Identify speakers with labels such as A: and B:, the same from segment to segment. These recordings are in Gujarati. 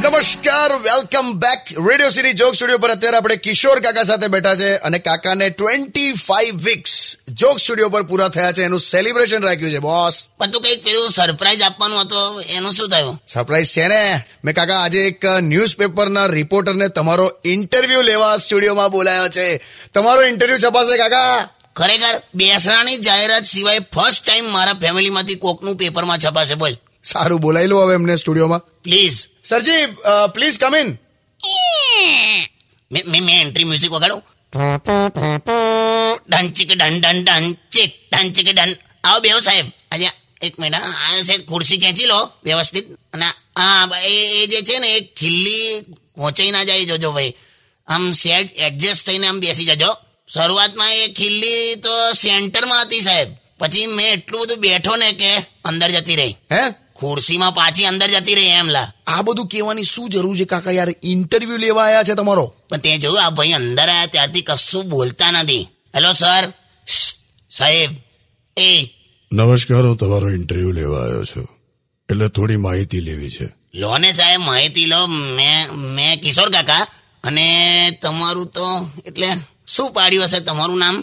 A: નમસ્કાર welcome back radio city joke studio પર અત્યારે આપણે કિશોર કાકા સાથે બેઠા છે અને કાકાને twenty five weeks joke studio પર પૂરા થયા છે એનું સેલિબ્રેશન રાખ્યું છે બોસ
B: પણ તું કઈક પેલું સરપ્રાઈઝ આપવાનું હતો એનું શું થયું
A: સરપ્રાઈઝ છે ને મેં કાકા આજે એક ન્યૂઝપેપરના રિપોર્ટરને તમારો ઇન્ટરવ્યુ લેવા સ્ટુડિયોમાં બોલાયો છે તમારો ઇન્ટરવ્યુ છપાશે કાકા
B: ખરેખર બેસણાની જાહેરાત સિવાય ફર્સ્ટ ટાઈમ મારા ફેમિલીમાંથી કોકનું પેપરમાં છપાશે બોલ
A: સારું બોલાવી લો હવે એમને સ્ટુડિયોમાં
B: પ્લીઝ
A: સરજી પ્લીઝ કમ ઇન
B: મેં મેં મેં એન્ટ્રી મ્યુઝિક વગાડો ડન ચીક ડન ડન ડન ચીક ડન ચીક ડન આવો બેહો સાહેબ આજે એક મિનિટ હા. આ સાહેબ ખુરશી ખેંચી લો વ્યવસ્થિત અને હા બ- એ એ જે છે ને એ ખીલ્લી પહોંચાઈ ના જાય જોજો ભાઈ આમ સેટ એડજસ્ટ થઈને આમ બેસી જજો શરૂઆતમાં એ ખીલ્લી તો સેન્ટરમાં હતી સાહેબ પછી મેં એટલું બધું બેઠો ને કે અંદર જતી રહી
A: હે
B: ખુરશીમાં પાછી અંદર જતી રહી એમ લા
A: આ બધું કહેવાની શું જરૂર છે કાકા યાર ઇન્ટરવ્યુ લેવા આવ્યા છે તમારો
B: પણ તે જોયું આ ભાઈ અંદર આવ્યા ત્યારથી કશું બોલતા નથી હેલો સર સાહેબ એ
C: નમસ્કાર હું તમારો ઇન્ટરવ્યુ લેવા આવ્યો છું એટલે થોડી માહિતી લેવી છે
B: લો ને સાહેબ માહિતી લો મેં મેં કિશોર કાકા અને તમારું તો એટલે શું પાડ્યું હશે તમારું નામ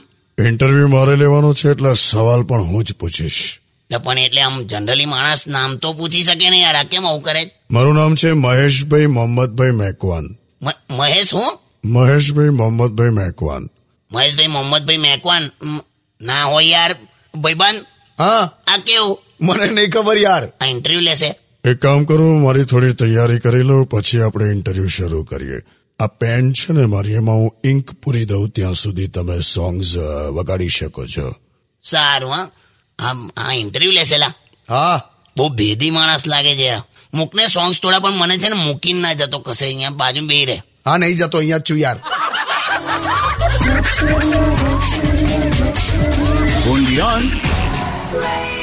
C: ઇન્ટરવ્યુ મારે લેવાનો છે એટલે સવાલ પણ હું જ પૂછીશ
B: એટલે પણ એટલે આમ જનરલી માણસ નામ તો પૂછી શકે ને યાર આ કેમ આવું કરે
C: મારું નામ છે મહેશભાઈ મોહમ્મદભાઈ મેકવાન
B: મ- મહેશ હું
C: મહેશભાઈ મોહમ્મદભાઈ મેકવાન
B: મહેશભાઈ મોહમ્મદભાઈ મેકવાન મ, ના હોય યાર ભાઈબંધ
A: હા
B: આ કેવું
A: મને નહીં ખબર યાર
B: આ ઇન્ટરવ્યુ લેશે
C: એક કામ કરો મારી થોડી તૈયારી કરી લો પછી આપણે ઇન્ટરવ્યુ શરૂ કરીએ આ પેન છે ને મારી એમાં હું ઇન્ક પૂરી દઉં ત્યાં સુધી તમે સોંગ્સ વગાડી શકો છો
B: સારું હા આમ આ ઇન્ટરવ્યુ લેશેલા
A: હા
B: બહુ ભેદી માણસ લાગે છે યાર. મૂકને સોંગ્સ થોડા પણ મને છે ને મૂકીને ના જતો કશે અહીંયા બાજુ બે રહે
A: હા નહીં જતો અહીંયા જ છું યાર
D: only on
E: Radio